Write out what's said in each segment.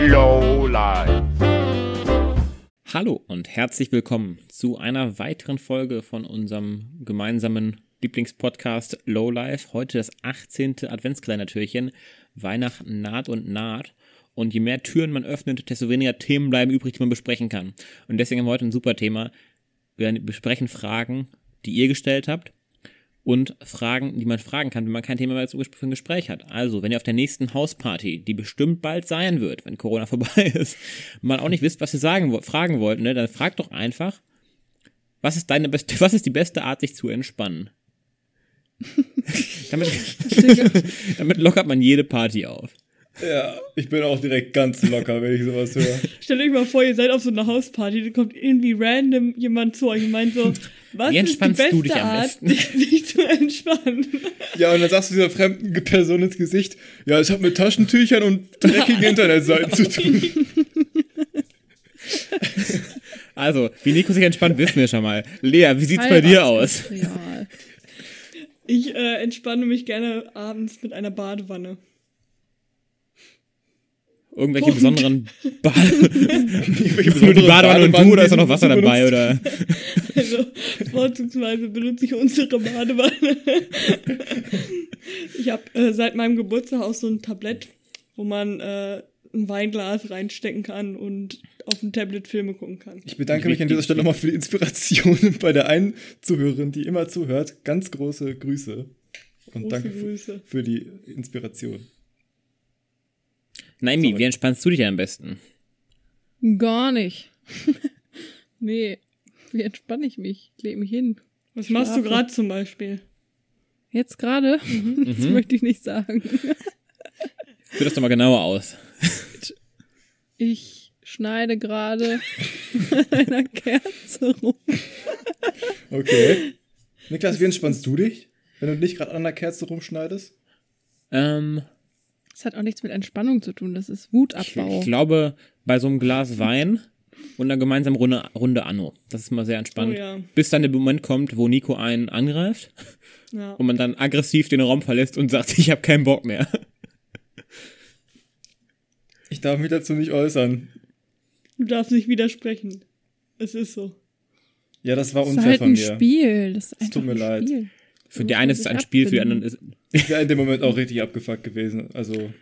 Lowlife. Hallo und herzlich willkommen zu einer weiteren Folge von unserem gemeinsamen Lieblingspodcast Low Life. Heute das 18. Adventskalendertürchen. Weihnachten naht und naht. Und je mehr Türen man öffnet, desto weniger Themen bleiben übrig, die man besprechen kann. Und deswegen haben wir heute ein super Thema. Wir besprechen Fragen, die ihr gestellt habt und Fragen, die man fragen kann, wenn man kein Thema mehr zum Gespräch- für ein Gespräch hat. Also, wenn ihr auf der nächsten Hausparty, die bestimmt bald sein wird, wenn Corona vorbei ist, mal auch nicht wisst, was ihr sagen, wo- fragen wollt, ne, dann fragt doch einfach, was ist deine beste, was ist die beste Art, sich zu entspannen? damit, damit lockert man jede Party auf. Ja, ich bin auch direkt ganz locker, wenn ich sowas höre. Stellt euch mal vor, ihr seid auf so einer Hausparty, da kommt irgendwie random jemand zu euch und meint so, was Wie ist die entspannst beste du dich am Art, besten? dich, dich zu entspannen? Ja, und dann sagst du dieser fremden Person ins Gesicht, ja, es hat mit Taschentüchern und dreckigen Internetseiten zu tun. Also, wie Nico sich entspannt, wissen wir schon mal. Lea, wie sieht's bei dir aus? Heiratsmaterial. Ich äh, entspanne mich gerne abends mit einer Badewanne. Irgendwelche Punkt. besonderen ba Welche nur die besondere Badewanne und Badewanne, du, oder ist da die noch Wasser du dabei, oder? benutzt? Also vorzugsweise benutze ich unsere Badewanne. Ich habe äh, seit meinem Geburtstag auch so ein Tablett, wo man äh, ein Weinglas reinstecken kann und auf dem Tablet Filme gucken kann. Ich bedanke mich an dieser Stelle nochmal für die Inspiration bei der einen Zuhörerin, die immer zuhört. Ganz große Grüße. Und Große danke für, Grüße. für die Inspiration. Naimi, Sorry. wie entspannst du dich denn am besten? Gar nicht. nee. Wie entspanne ich mich? Ich lege mich hin. Was machst du Schlafen. gerade zum Beispiel? Jetzt gerade? Mhm. Das möchte ich nicht sagen. Führ das doch mal genauer aus. Ich schneide gerade an einer Kerze rum. Okay. Niklas, wie entspannst du dich, wenn du nicht gerade an einer Kerze rumschneidest? Ähm, Das hat auch nichts mit Entspannung zu tun. Das ist ich, Wutabbau. ich glaube, bei so einem Glas Wein und einer gemeinsamen Runde, Runde Anno. Das ist mal sehr entspannt. Oh ja. Bis dann der Moment kommt, wo Nico einen angreift Ja. und man dann aggressiv den Raum verlässt und sagt, ich habe keinen Bock mehr. Ich darf mich dazu nicht äußern. Du darfst nicht widersprechen. Es ist so. Ja, das war das ist unfair halt von ein mir. Spiel. Das ist einfach tut mir ein leid. Spiel. Für muss die man einen ist es sich ein Spiel, für die anderen abfinden. ist Ich wäre in dem Moment auch richtig abgefuckt gewesen. Also,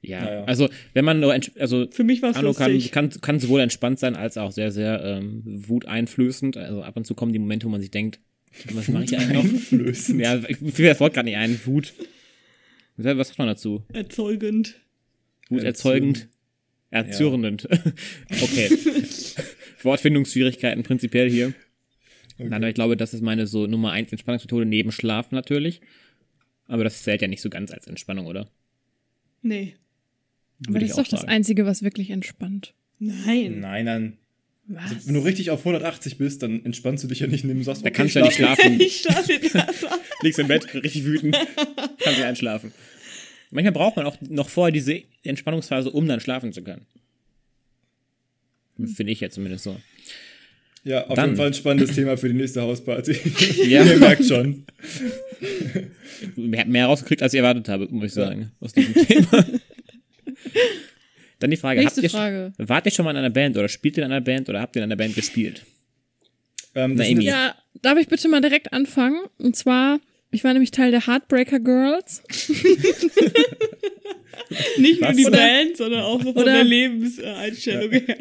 ja. Naja. Also wenn man nur entsch- also Für mich war es Anno kann, lustig. kann, kann sowohl entspannt sein als auch sehr sehr ähm, wuteinflößend. Also ab und zu kommen die Momente, wo man sich denkt, was mache ich eigentlich noch? flößen. Ja, ich fiel das Wort gerade nicht ein. Wut. Was sagt man dazu? Erzeugend. Wut erzeugend. Erzürnend. Okay. Wortfindungsschwierigkeiten prinzipiell hier. Nein, aber ich glaube, das ist meine so Nummer eins Entspannungsmethode neben Schlaf natürlich. Aber das zählt ja nicht so ganz als Entspannung, oder? Nee. Aber Würde das ich ist auch doch das sagen. Einzige, was wirklich entspannt. Nein. Nein, nein. Was? Also, Wenn du richtig auf 180 bist, dann entspannst du dich ja nicht neben sagst, Da kannst du ja nicht schlafen. Ich schlafe jetzt erstmal. Liegst im Bett, richtig wütend. Kannst nicht einschlafen. Manchmal braucht man auch noch vorher diese Entspannungsphase, um dann schlafen zu können. Finde ich ja zumindest so. Ja, auf Dann. jeden Fall ein spannendes Thema für die nächste Hausparty. Ja. Ihr merkt schon. mehr, mehr rausgekriegt, als ich erwartet habe, muss ich sagen, aus diesem Thema. Dann die Frage, Nächste habt ihr, Frage. wart ihr schon mal in einer Band oder spielt ihr in einer Band oder habt ihr in einer Band gespielt? Ähm, das Na, Amy. sind Ja, darf ich bitte mal direkt anfangen? Und zwar, ich war nämlich Teil der Heartbreaker Girls. Nicht nur Was? die Oder- Band, sondern auch so von Oder- der Lebenseinstellung her.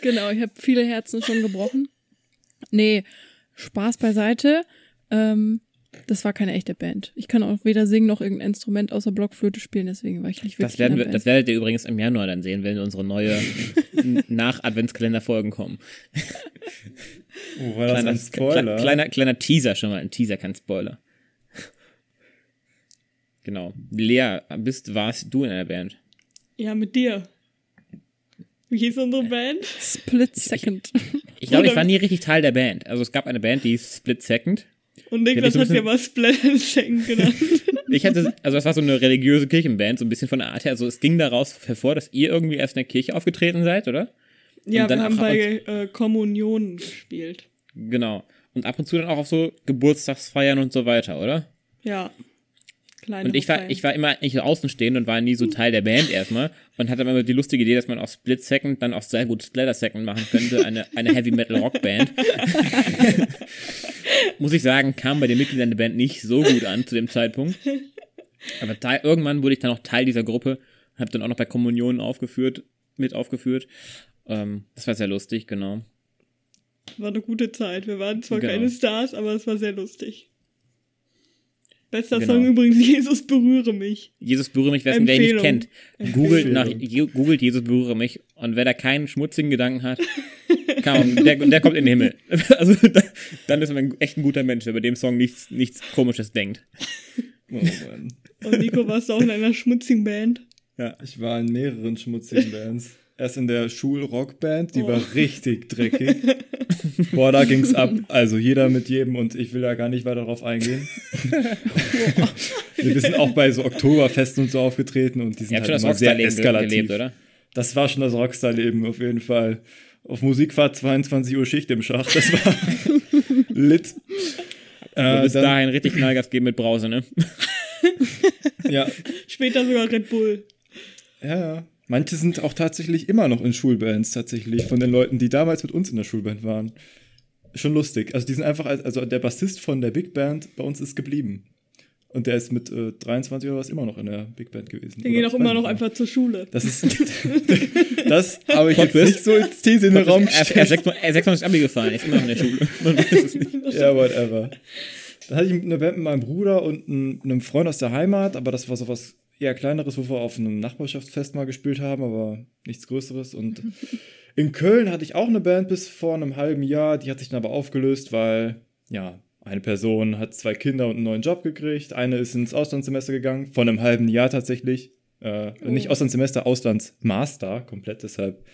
Genau, ich habe viele Herzen schon gebrochen. Nee, Spaß beiseite. Ähm, das war keine echte Band. Ich kann auch weder singen noch irgendein Instrument außer Blockflöte spielen, deswegen war ich nicht wirklich Das, werden wir, in der das Band. werdet ihr übrigens im Januar dann sehen, wenn unsere neue Nach-Adventskalender-Folgen kommen. jetzt- oh, war das Kleiner, ein Spoiler? kle- kleiner, kleiner Teaser schon mal, ein Teaser, kein Spoiler. Genau. Lea, bist, warst du in einer Band? Ja, mit dir. Wie hieß unsere Band? Split Second. Ich glaube, ich war nie richtig Teil der Band. Also es gab eine Band, die hieß Split Second. Und Niklas Ja, hat wieso ja mal Splat and Sing genannt. Ich hatte, also das war so eine religiöse Kirchenband, so ein bisschen von der Art her. Also es ging daraus hervor, dass ihr irgendwie erst in der Kirche aufgetreten seid, oder? ja, Und dann wir haben auch bei äh, Kommunionen gespielt. Genau. Und ab und zu dann auch auf so Geburtstagsfeiern und so weiter, oder? Ja. Kleine Und ich war, Hoffnung. ich war immer eigentlich außenstehend und war nie so Teil der Band erstmal und hatte immer die lustige Idee, dass man auch Split Second dann auch sehr gut Splatter Second machen könnte, eine, eine Heavy Metal Rock Band. Muss ich sagen, kam bei den Mitgliedern der Band nicht so gut an zu dem Zeitpunkt. Aber Teil, irgendwann wurde ich dann auch Teil dieser Gruppe und habe dann auch noch bei Kommunionen aufgeführt, mit aufgeführt. Ähm, das war sehr lustig, genau. War eine gute Zeit. Wir waren zwar Genau. keine Stars, aber es war sehr lustig. Bester Genau. Song übrigens, Jesus berühre mich. Jesus berühre mich, wer es wer ihn nicht Empfehlung. kennt. Googelt, Empfehlung. nach, Je- googelt Jesus berühre mich und wer da keinen schmutzigen Gedanken hat, kann man, der, der kommt in den Himmel. Also da, dann ist man echt ein guter Mensch, der bei dem Song nichts, nichts Komisches denkt. Oh Mann. Und Nico warst du auch in einer schmutzigen Band. Ich war in mehreren schmutzigen Bands. Erst in der Schulrockband, die Oh. war richtig dreckig. Boah, da ging's ab. Also jeder mit jedem und ich will da gar nicht weiter drauf eingehen. Wir sind auch bei so Oktoberfesten und so aufgetreten und die sind Ihr habt halt schon immer das sehr Rockstar-Leben ge- eskalativ. gelebt, oder? Das war schon das Rockstar-Leben auf jeden Fall. Auf Musikfahrt 22 Uhr Schicht im Schacht, das war lit. Äh, Äh, bis dann, dahin richtig Knallgas geben mit Brause, ne? ja, Später sogar Red Bull. Ja, ja. Manche sind auch tatsächlich immer noch in Schulbands, tatsächlich, von den Leuten, die damals mit uns in der Schulband waren. Schon lustig. Also, die sind einfach, als- also der Bassist von der Big Band bei uns ist geblieben. Und der ist mit äh, 23 oder was immer noch in der Big Band gewesen. Der Oder geht auch immer weiß noch nicht mehr. einfach zur Schule. Das ist. das habe ich jetzt Plot nicht so ins These in den Raum Er ist gestellt. 96 Abi gefallen, er ist immer noch in der Schule. Man weiß es nicht. Ja, whatever. Da hatte ich eine Band mit meinem Bruder und einem- einem Freund aus der Heimat, aber das war sowas eher kleineres, wo wir auf einem Nachbarschaftsfest mal gespielt haben, aber nichts Größeres. Und Mhm. in Köln hatte ich auch eine Band bis vor einem halben Jahr, die hat sich dann aber aufgelöst, weil, ja, eine Person hat zwei Kinder und einen neuen Job gekriegt, eine ist ins Auslandssemester gegangen, von einem halben Jahr tatsächlich. Äh, Oh. Nicht Auslandssemester, Auslandsmaster, komplett deshalb.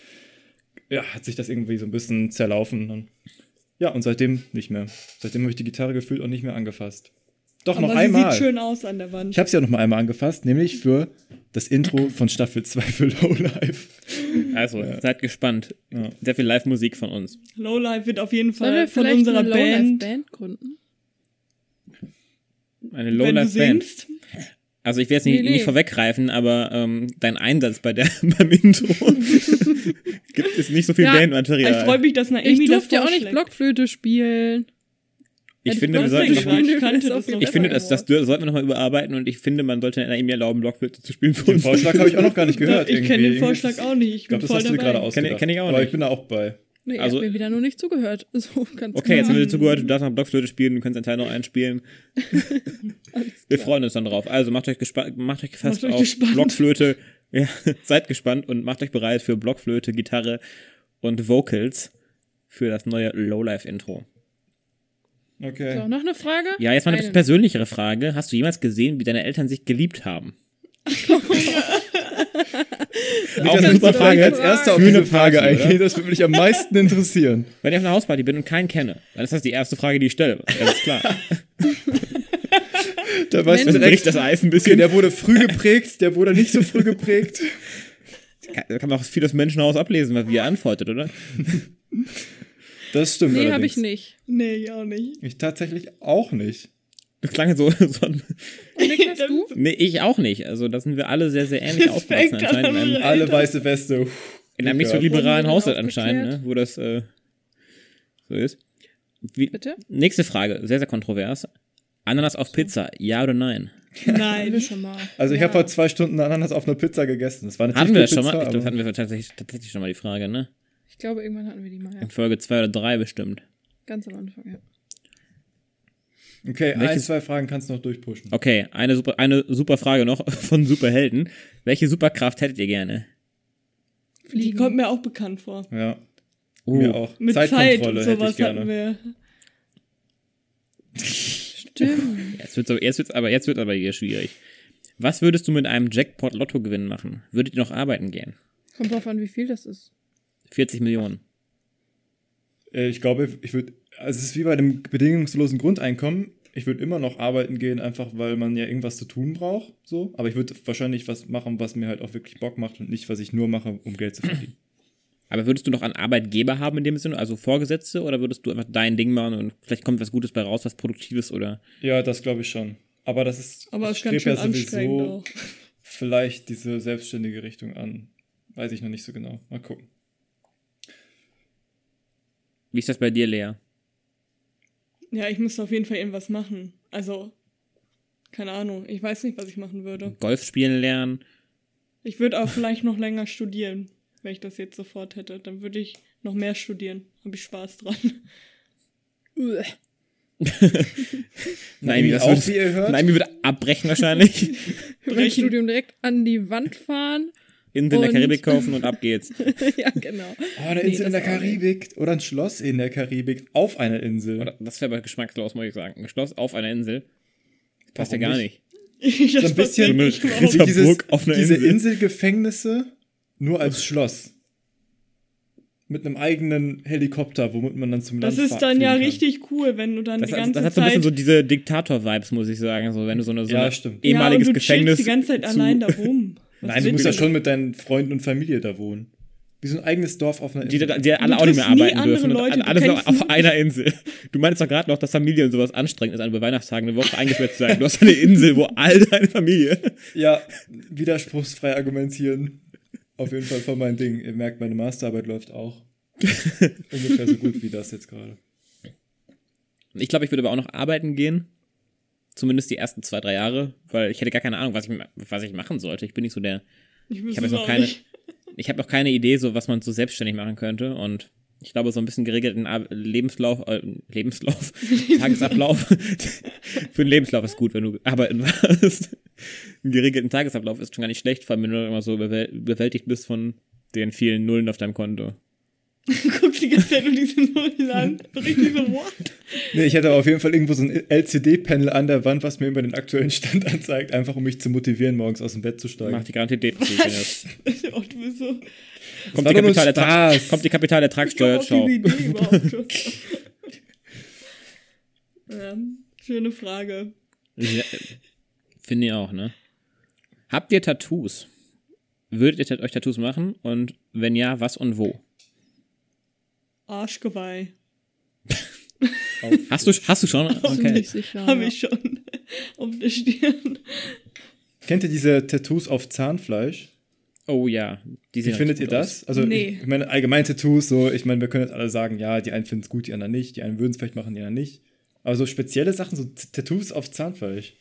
Ja, hat sich das irgendwie so ein bisschen zerlaufen. Dann ja, und seitdem nicht mehr. Seitdem habe ich die Gitarre gefühlt und nicht mehr angefasst. Doch Aber noch sie einmal. sieht schön aus an der Wand. Ich habe sie ja noch mal einmal angefasst, nämlich für das Intro von Staffel 2 für Low Life. Also, seid gespannt. Sehr viel Live-Musik von uns. Lowlife wird auf jeden Sollen Fall wir von vielleicht unserer eine Band, Band. Band gründen? Eine wenn du Lowlife-Band. singst, Also ich will jetzt nicht, Nee, nee. nicht vorweggreifen, aber ähm, dein Einsatz bei der beim Intro gibt es nicht so viel Ja, ich freue Bandmaterial. mich, dass eine Ich Amy das durfte ja auch nicht vorschlägt. Blockflöte spielen. Ich, hätte ich finde, wir bloß sollten nicht noch mal, gespielt. Ich kannte das noch ich finde, Never das, das dür- sollten wir nochmal überarbeiten und ich finde, man sollte einer ihm erlauben, Blockflöte zu spielen für Den uns. Vorschlag habe ich auch noch gar nicht gehört. Ich kenne irgendwie. den Vorschlag auch nicht. Ich Ich bin glaube, das voll hast du dir dabei. gerade ausgedacht. kenn ich auch Aber nicht. ich bin da auch bei. Nee, ihr Also- habt mir wieder nur nicht zugehört. So ganz Okay, jetzt haben wir klar. dir zugehört, du darfst noch Blockflöte spielen, du kannst einen Teil noch einspielen. wir freuen uns dann drauf. Also macht euch, gespa- macht euch gefasst Macht euch auf gespannt. Blockflöte. Ja, seid gespannt und macht euch bereit für Blockflöte, Gitarre und Vocals für das neue Lowlife-Intro. So, Okay. noch eine Frage? Ja, jetzt mal eine Eine. persönlichere Frage. Hast du jemals gesehen, wie deine Eltern sich geliebt haben? auch eine super Frage. Als erster auf Für diese eine Frage Party, oder? eingehen, das würde mich am meisten interessieren. Wenn ich auf einer Hausparty bin und keinen kenne, dann ist das die erste Frage, die ich stelle. Ganz klar. Da weiß Wenn man Das bricht direkt, Genau. das Eis ein okay, bisschen. der wurde früh geprägt, der wurde nicht so früh geprägt. Kann- Da kann man auch viel das Menschenhaus ablesen, was- wie er antwortet, oder? Das stimmt Nee, habe allerdings. ich nicht. Nee, ich auch nicht. Ich tatsächlich auch nicht. Das klang jetzt so, so an- Niklas, du? Nee, ich auch nicht. Also da sind wir alle sehr, sehr ähnlich Das aufgewachsen fängt anscheinend. In an, einem, oder? Alle weiße Weste. in einem nicht so Wurden wir liberalen denn Haushalt aufgeklärt? anscheinend, ne? wo das äh, so ist. Wie, Bitte? Nächste Frage, sehr, sehr kontrovers. Ananas auf Pizza, ja oder nein? Hatten wir Nein. schon mal. Also ich Ja. habe vor zwei Stunden Ananas auf einer Pizza gegessen. Das war eine Hatten wir das schon mal? Ich Tiefkühlpizza, glaube, das aber- hatten wir tatsächlich, tatsächlich schon mal die Frage, ne? Ich glaube, irgendwann hatten wir die mal. Ja. In Folge 2 oder 3 bestimmt. Ganz am Anfang, ja. Okay, ein, Welches- zwei Fragen kannst du noch durchpushen. Okay, eine super, eine super Frage noch von Superhelden. Welche Superkraft hättet ihr gerne? Die kommt mir auch bekannt vor. Ja, Oh, mir auch. Mit Zeit und Zeitkontrolle hätte sowas ich gerne. hatten wir. Stimmt. Jetzt wird's aber, jetzt wird's aber, jetzt wird aber hier schwierig. Was würdest du mit einem Jackpot-Lotto-Gewinn machen? Würdet ihr noch arbeiten gehen? Kommt drauf an, wie viel das ist. 40 Millionen. Äh, Ich glaube, ich würde, also es ist wie bei dem bedingungslosen Grundeinkommen. Ich würde immer noch arbeiten gehen, einfach weil man ja irgendwas zu tun braucht, so. Aber ich würde wahrscheinlich was machen, was mir halt auch wirklich Bock macht und nicht, was ich nur mache, um Geld zu verdienen. Aber würdest du noch einen Arbeitgeber haben in dem Sinne, also Vorgesetzte, oder würdest du einfach dein Ding machen und vielleicht kommt was Gutes bei raus, was Produktives oder? ja, das glaube ich schon. Aber das ist, Aber das es ist ganz schön anstrengend auch. vielleicht diese selbstständige Richtung an. Weiß ich noch nicht so genau. Mal gucken. Wie ist das bei dir, Lea? Ja, ich müsste auf jeden Fall irgendwas machen. Also, keine Ahnung. Ich weiß nicht, was ich machen würde. Golf spielen lernen? Ich würde auch vielleicht noch länger studieren, wenn ich das jetzt sofort hätte. Dann würde ich noch mehr studieren. Habe ich Spaß dran. Uah. Naomi, was würdest- wie ihr hört. Nein, mir würde abbrechen wahrscheinlich. Mein Brechen. Studium direkt an die Wand fahren. Insel in der Und- Karibik kaufen und ab geht's. ja, genau. Oh, eine Nee, Insel in das der auch nicht. Karibik. Oder ein Schloss in der Karibik. Auf einer Insel. Oder, das wäre aber geschmackslos, muss ich sagen. Ein Schloss auf einer Insel. Passt Warum ja gar nicht. Ich, So ein bisschen so eine Ritterburg auf einer diese Insel. Inselgefängnisse nur als Schloss. Mit einem eigenen Helikopter, womit man dann zum Land das ist fahr- dann ja fliegen kann. richtig cool, wenn du dann Das, die hat- ganze das hat so ein bisschen Zeit so diese Diktator-Vibes, muss ich sagen. So, wenn du so eine so Ja, eine stimmt. Ja, ehemaliges und du chillst Gefängnis. die ganze Zeit zu- allein da rum. Was Nein, du musst ja willst schon mit deinen Freunden und Familie da wohnen. Wie so ein eigenes Dorf auf einer Die, Insel. die, die alle Du auch nicht mehr triffst nie arbeiten andere dürfen. Leute, und du alles nur kennst auf nie- einer Insel. Du meinst doch gerade noch, dass Familie und sowas anstrengend ist, an über Weihnachtstagen eine Woche eingesperrt zu sein. Du hast eine Insel, wo all deine Familie. Ja, widerspruchsfrei argumentieren. Auf jeden Fall voll mein Ding. Ihr merkt, meine Masterarbeit läuft auch. Ungefähr so gut wie das jetzt gerade. Ich glaube, ich würde aber auch noch arbeiten gehen. Zumindest die ersten zwei, drei Jahre, weil ich hätte gar keine Ahnung, was ich, ma- was ich machen sollte. Ich bin nicht so der. Ich, wüsste Ich habe es jetzt noch auch keine. nicht. Ich habe noch keine Idee, so was man so selbstständig machen könnte. Und ich glaube, so ein bisschen geregelten Ar- Lebenslauf, äh, Lebenslauf, Tagesablauf. Für den Lebenslauf ist gut, wenn du arbeiten warst. Einen geregelten Tagesablauf ist schon gar nicht schlecht, vor allem wenn du immer so überwäl- überwältigt bist von den vielen Nullen auf deinem Konto. Du guckst die ganze Zeit nur diese Null an. Richtig so, what? Nee, ich hätte aber auf jeden Fall irgendwo so ein LCD-Panel an der Wand, was mir immer den aktuellen Stand anzeigt, einfach um mich zu motivieren, morgens aus dem Bett zu steigen. Macht die garantiert depressiv. Was? Und du bist so, Das Kommt war die, doch nur Kapitalertrag- Spaß. kommt die ich komme Kapitalertragssteuer, auf diese ciao. Idee überhaupt. ja, Ähm, schöne Frage. Ja, Finde ich auch, ne? Habt ihr Tattoos? Würdet ihr tat- euch Tattoos machen? Und wenn ja, was und wo? Arschgeweih. Hast du, hast du schon? Okay. Ziemlich sicher. Habe ja. ich schon. Auf der Stirn. Kennt ihr diese Tattoos auf Zahnfleisch? Oh ja. Die Wie sehen findet ihr richtig gut das? Also Nee. ich, ich meine, allgemein Tattoos, so, ich meine, wir können jetzt alle sagen, ja, die einen finden es gut, die anderen nicht, die einen würden es vielleicht machen, die anderen nicht. Aber so spezielle Sachen, so T- Tattoos auf Zahnfleisch.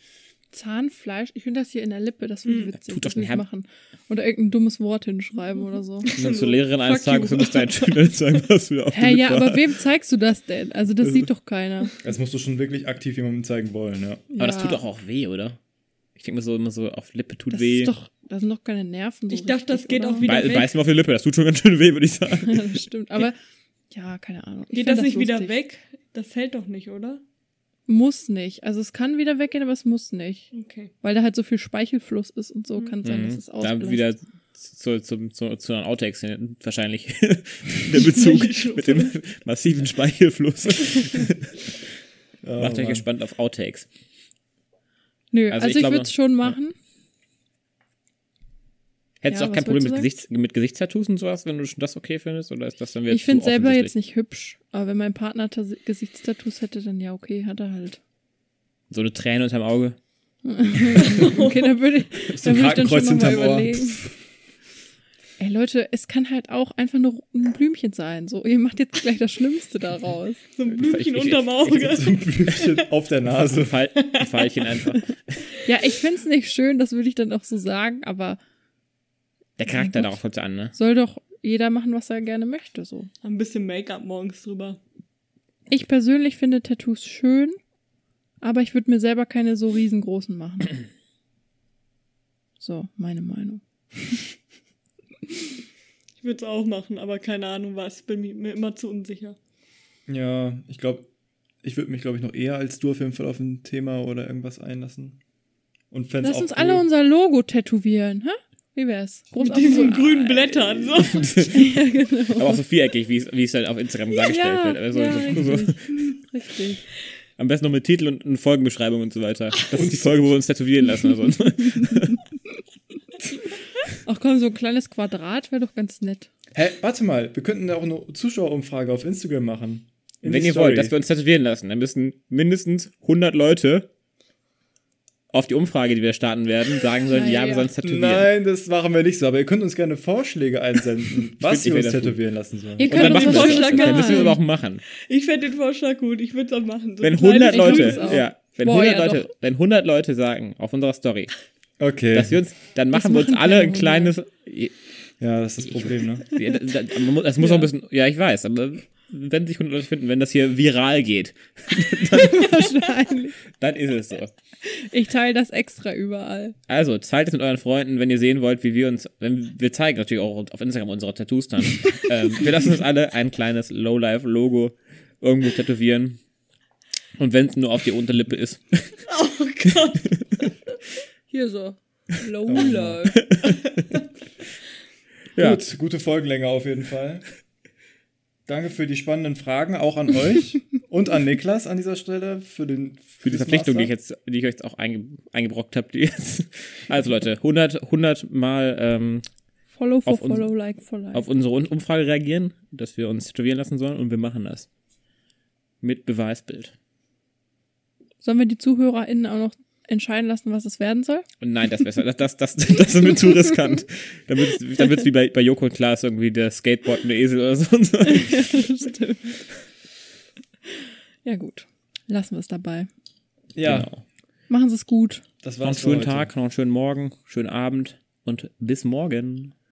Zahnfleisch. Ich finde das hier in der Lippe, das Hm. würde ich witzig Tut doch das nicht den Herrn- machen. Oder irgendein dummes Wort hinschreiben oder so. aus. Und dann zur Lehrerin eines Fuck Tages you. du musst dein Schüler sagen, was du da auf Hä, der ja, Lippe aber hast. wem zeigst du das denn? Also das sieht doch keiner. Das musst du schon wirklich aktiv jemandem zeigen wollen, ja. Ja, Aber das tut doch auch weh, oder? Ich denke mir so immer so, auf Lippe tut das weh. Ist doch, das sind doch keine Nerven. So Ich dachte, das richtig, geht oder? auch wieder- Bei- weg. Beiß mir auf die Lippe, das tut schon ganz schön weh, würde ich sagen. Ja, das stimmt. Aber ja, keine Ahnung. Ich Geht fänd das nicht wieder lustig. weg? Das hält doch nicht, oder? Muss nicht. Also es kann wieder weggehen, aber es muss nicht. Okay. Weil da halt so viel Speichelfluss ist und so kann sein, dass es Mhm. Dann ausbleibt. wieder zu, zu, zu, zu einem Outtakes hin- wahrscheinlich der Bezug mit dem massiven Speichelfluss. Oh, Macht euch Mann. gespannt auf Outtakes. Nö, Also also, ich ich, glaube- würde es schon machen. Hättest Ja, du auch was kein Problem mit, würdest du Gesichts, mit Gesichtstattoos und sowas, wenn du schon das okay findest? Oder ist das dann wieder ich zu finde selber jetzt offensichtlich? nicht hübsch. Aber wenn mein Partner Tats- Gesichtstattoos hätte, dann ja, okay, hat er halt. So eine Träne unterm Auge. Okay, dann würde ich, So dann ein würde ich dann schon Hakenkreuz nochmal hinterm Ohr. überlegen. Ey Leute, es kann halt auch einfach nur ein Blümchen sein. So, ihr macht jetzt gleich das Schlimmste daraus. So ein Ich- Blümchen ich- unterm ich- Auge. So ein Blümchen auf der Also Nase. ein Fall, ein Pfeilchen einfach. Ja, ich find's nicht schön, das würde ich dann auch so sagen, aber Der Charakter Mein darauf kommt an, ne? soll doch jeder machen, was er gerne möchte. So. Ein bisschen Make-up morgens drüber. Ich persönlich finde Tattoos schön, aber ich würde mir selber keine so riesengroßen machen. So, meine Meinung. Ich würde es auch machen, aber keine Ahnung was. Bin mi- mir immer zu unsicher. Ja, ich glaube, ich würde mich, glaube ich, noch eher als du auf jeden Fall auf ein Thema oder irgendwas einlassen. Und fänd's Lass auch uns cool. alle unser Logo tätowieren, hä? Wie wär's? Mit Großartig. diesen grünen Äh, Blättern. So. Ja, genau. Aber auch so viereckig, wie es- wie es halt auf Instagram dargestellt wird. Also so, so, richtig. Hm, richtig. am besten noch mit Titel und, und Folgenbeschreibung und so weiter. Das ist die Folge, wo wir uns tätowieren lassen. Also. Ach komm, so ein kleines Quadrat wäre doch ganz nett. Hä, warte mal, wir könnten da auch eine Zuschauerumfrage auf Instagram machen. In Wenn die ihr Story. wollt, dass wir uns tätowieren lassen, dann müssen mindestens 100 Leute auf die Umfrage, die wir starten werden, sagen sollen, ja, wir Naja. sollen es tätowieren. Nein, das machen wir nicht so, aber ihr könnt uns gerne Vorschläge einsenden, was find- wir ich find uns das tätowieren lassen sollen. Ihr Und dann könnt uns machen was wir das. vorschlagen. Dann müssen wir aber auch machen. Ich fände den Vorschlag gut, ich würde es dann machen. So Wenn ein kleines 100 Leute, Ich würd's auch. ja, wenn Boah, 100 ja, Leute, wenn 100 Leute sagen auf unserer Story, Okay. dass wir uns, dann machen wir uns machen alle keine ein kleines, ja, das ist das Problem, ne? Ja, da- da- man mu- Das muss auch ein bisschen, ja, ich weiß, aber wenn sich 100 Leute finden, wenn das hier viral geht, Wahrscheinlich. dann ist es so. Ich teile das extra überall. Also, teilt es mit euren Freunden, wenn ihr sehen wollt, wie wir uns, wenn wir zeigen natürlich auch auf Instagram unsere Tattoos dann. ähm, wir lassen uns alle ein kleines Lowlife-Logo irgendwo tätowieren. Und wenn es nur auf die Unterlippe ist. Oh Gott. Hier so. Lola. Ja. Gut, gute Folgenlänge auf jeden Fall. Danke für die spannenden Fragen, auch an euch und an Niklas an dieser Stelle für den Für die Verpflichtung, die ich jetzt, die ich euch jetzt auch einge, eingebrockt habe, die jetzt. Also Leute, 100, 100 mal ähm, Follow for Auf uns- follow, like for like. auf unsere Un- Umfrage reagieren, dass wir uns tätowieren lassen sollen und wir machen das. Mit Beweisbild. Sollen wir die ZuhörerInnen auch noch entscheiden lassen, was es werden soll? Und nein, das ist besser. Das, das, das, das ist mir zu riskant. Dann wird es dann wird's wie bei, bei Joko und Klaas irgendwie der Skateboard und der Esel oder so. Stimmt. Ja, gut. Lassen wir es dabei. Ja, Genau. Machen Sie es gut. das Noch einen war's. für schönen heute. Tag, noch einen schönen Morgen, schönen Abend und bis morgen.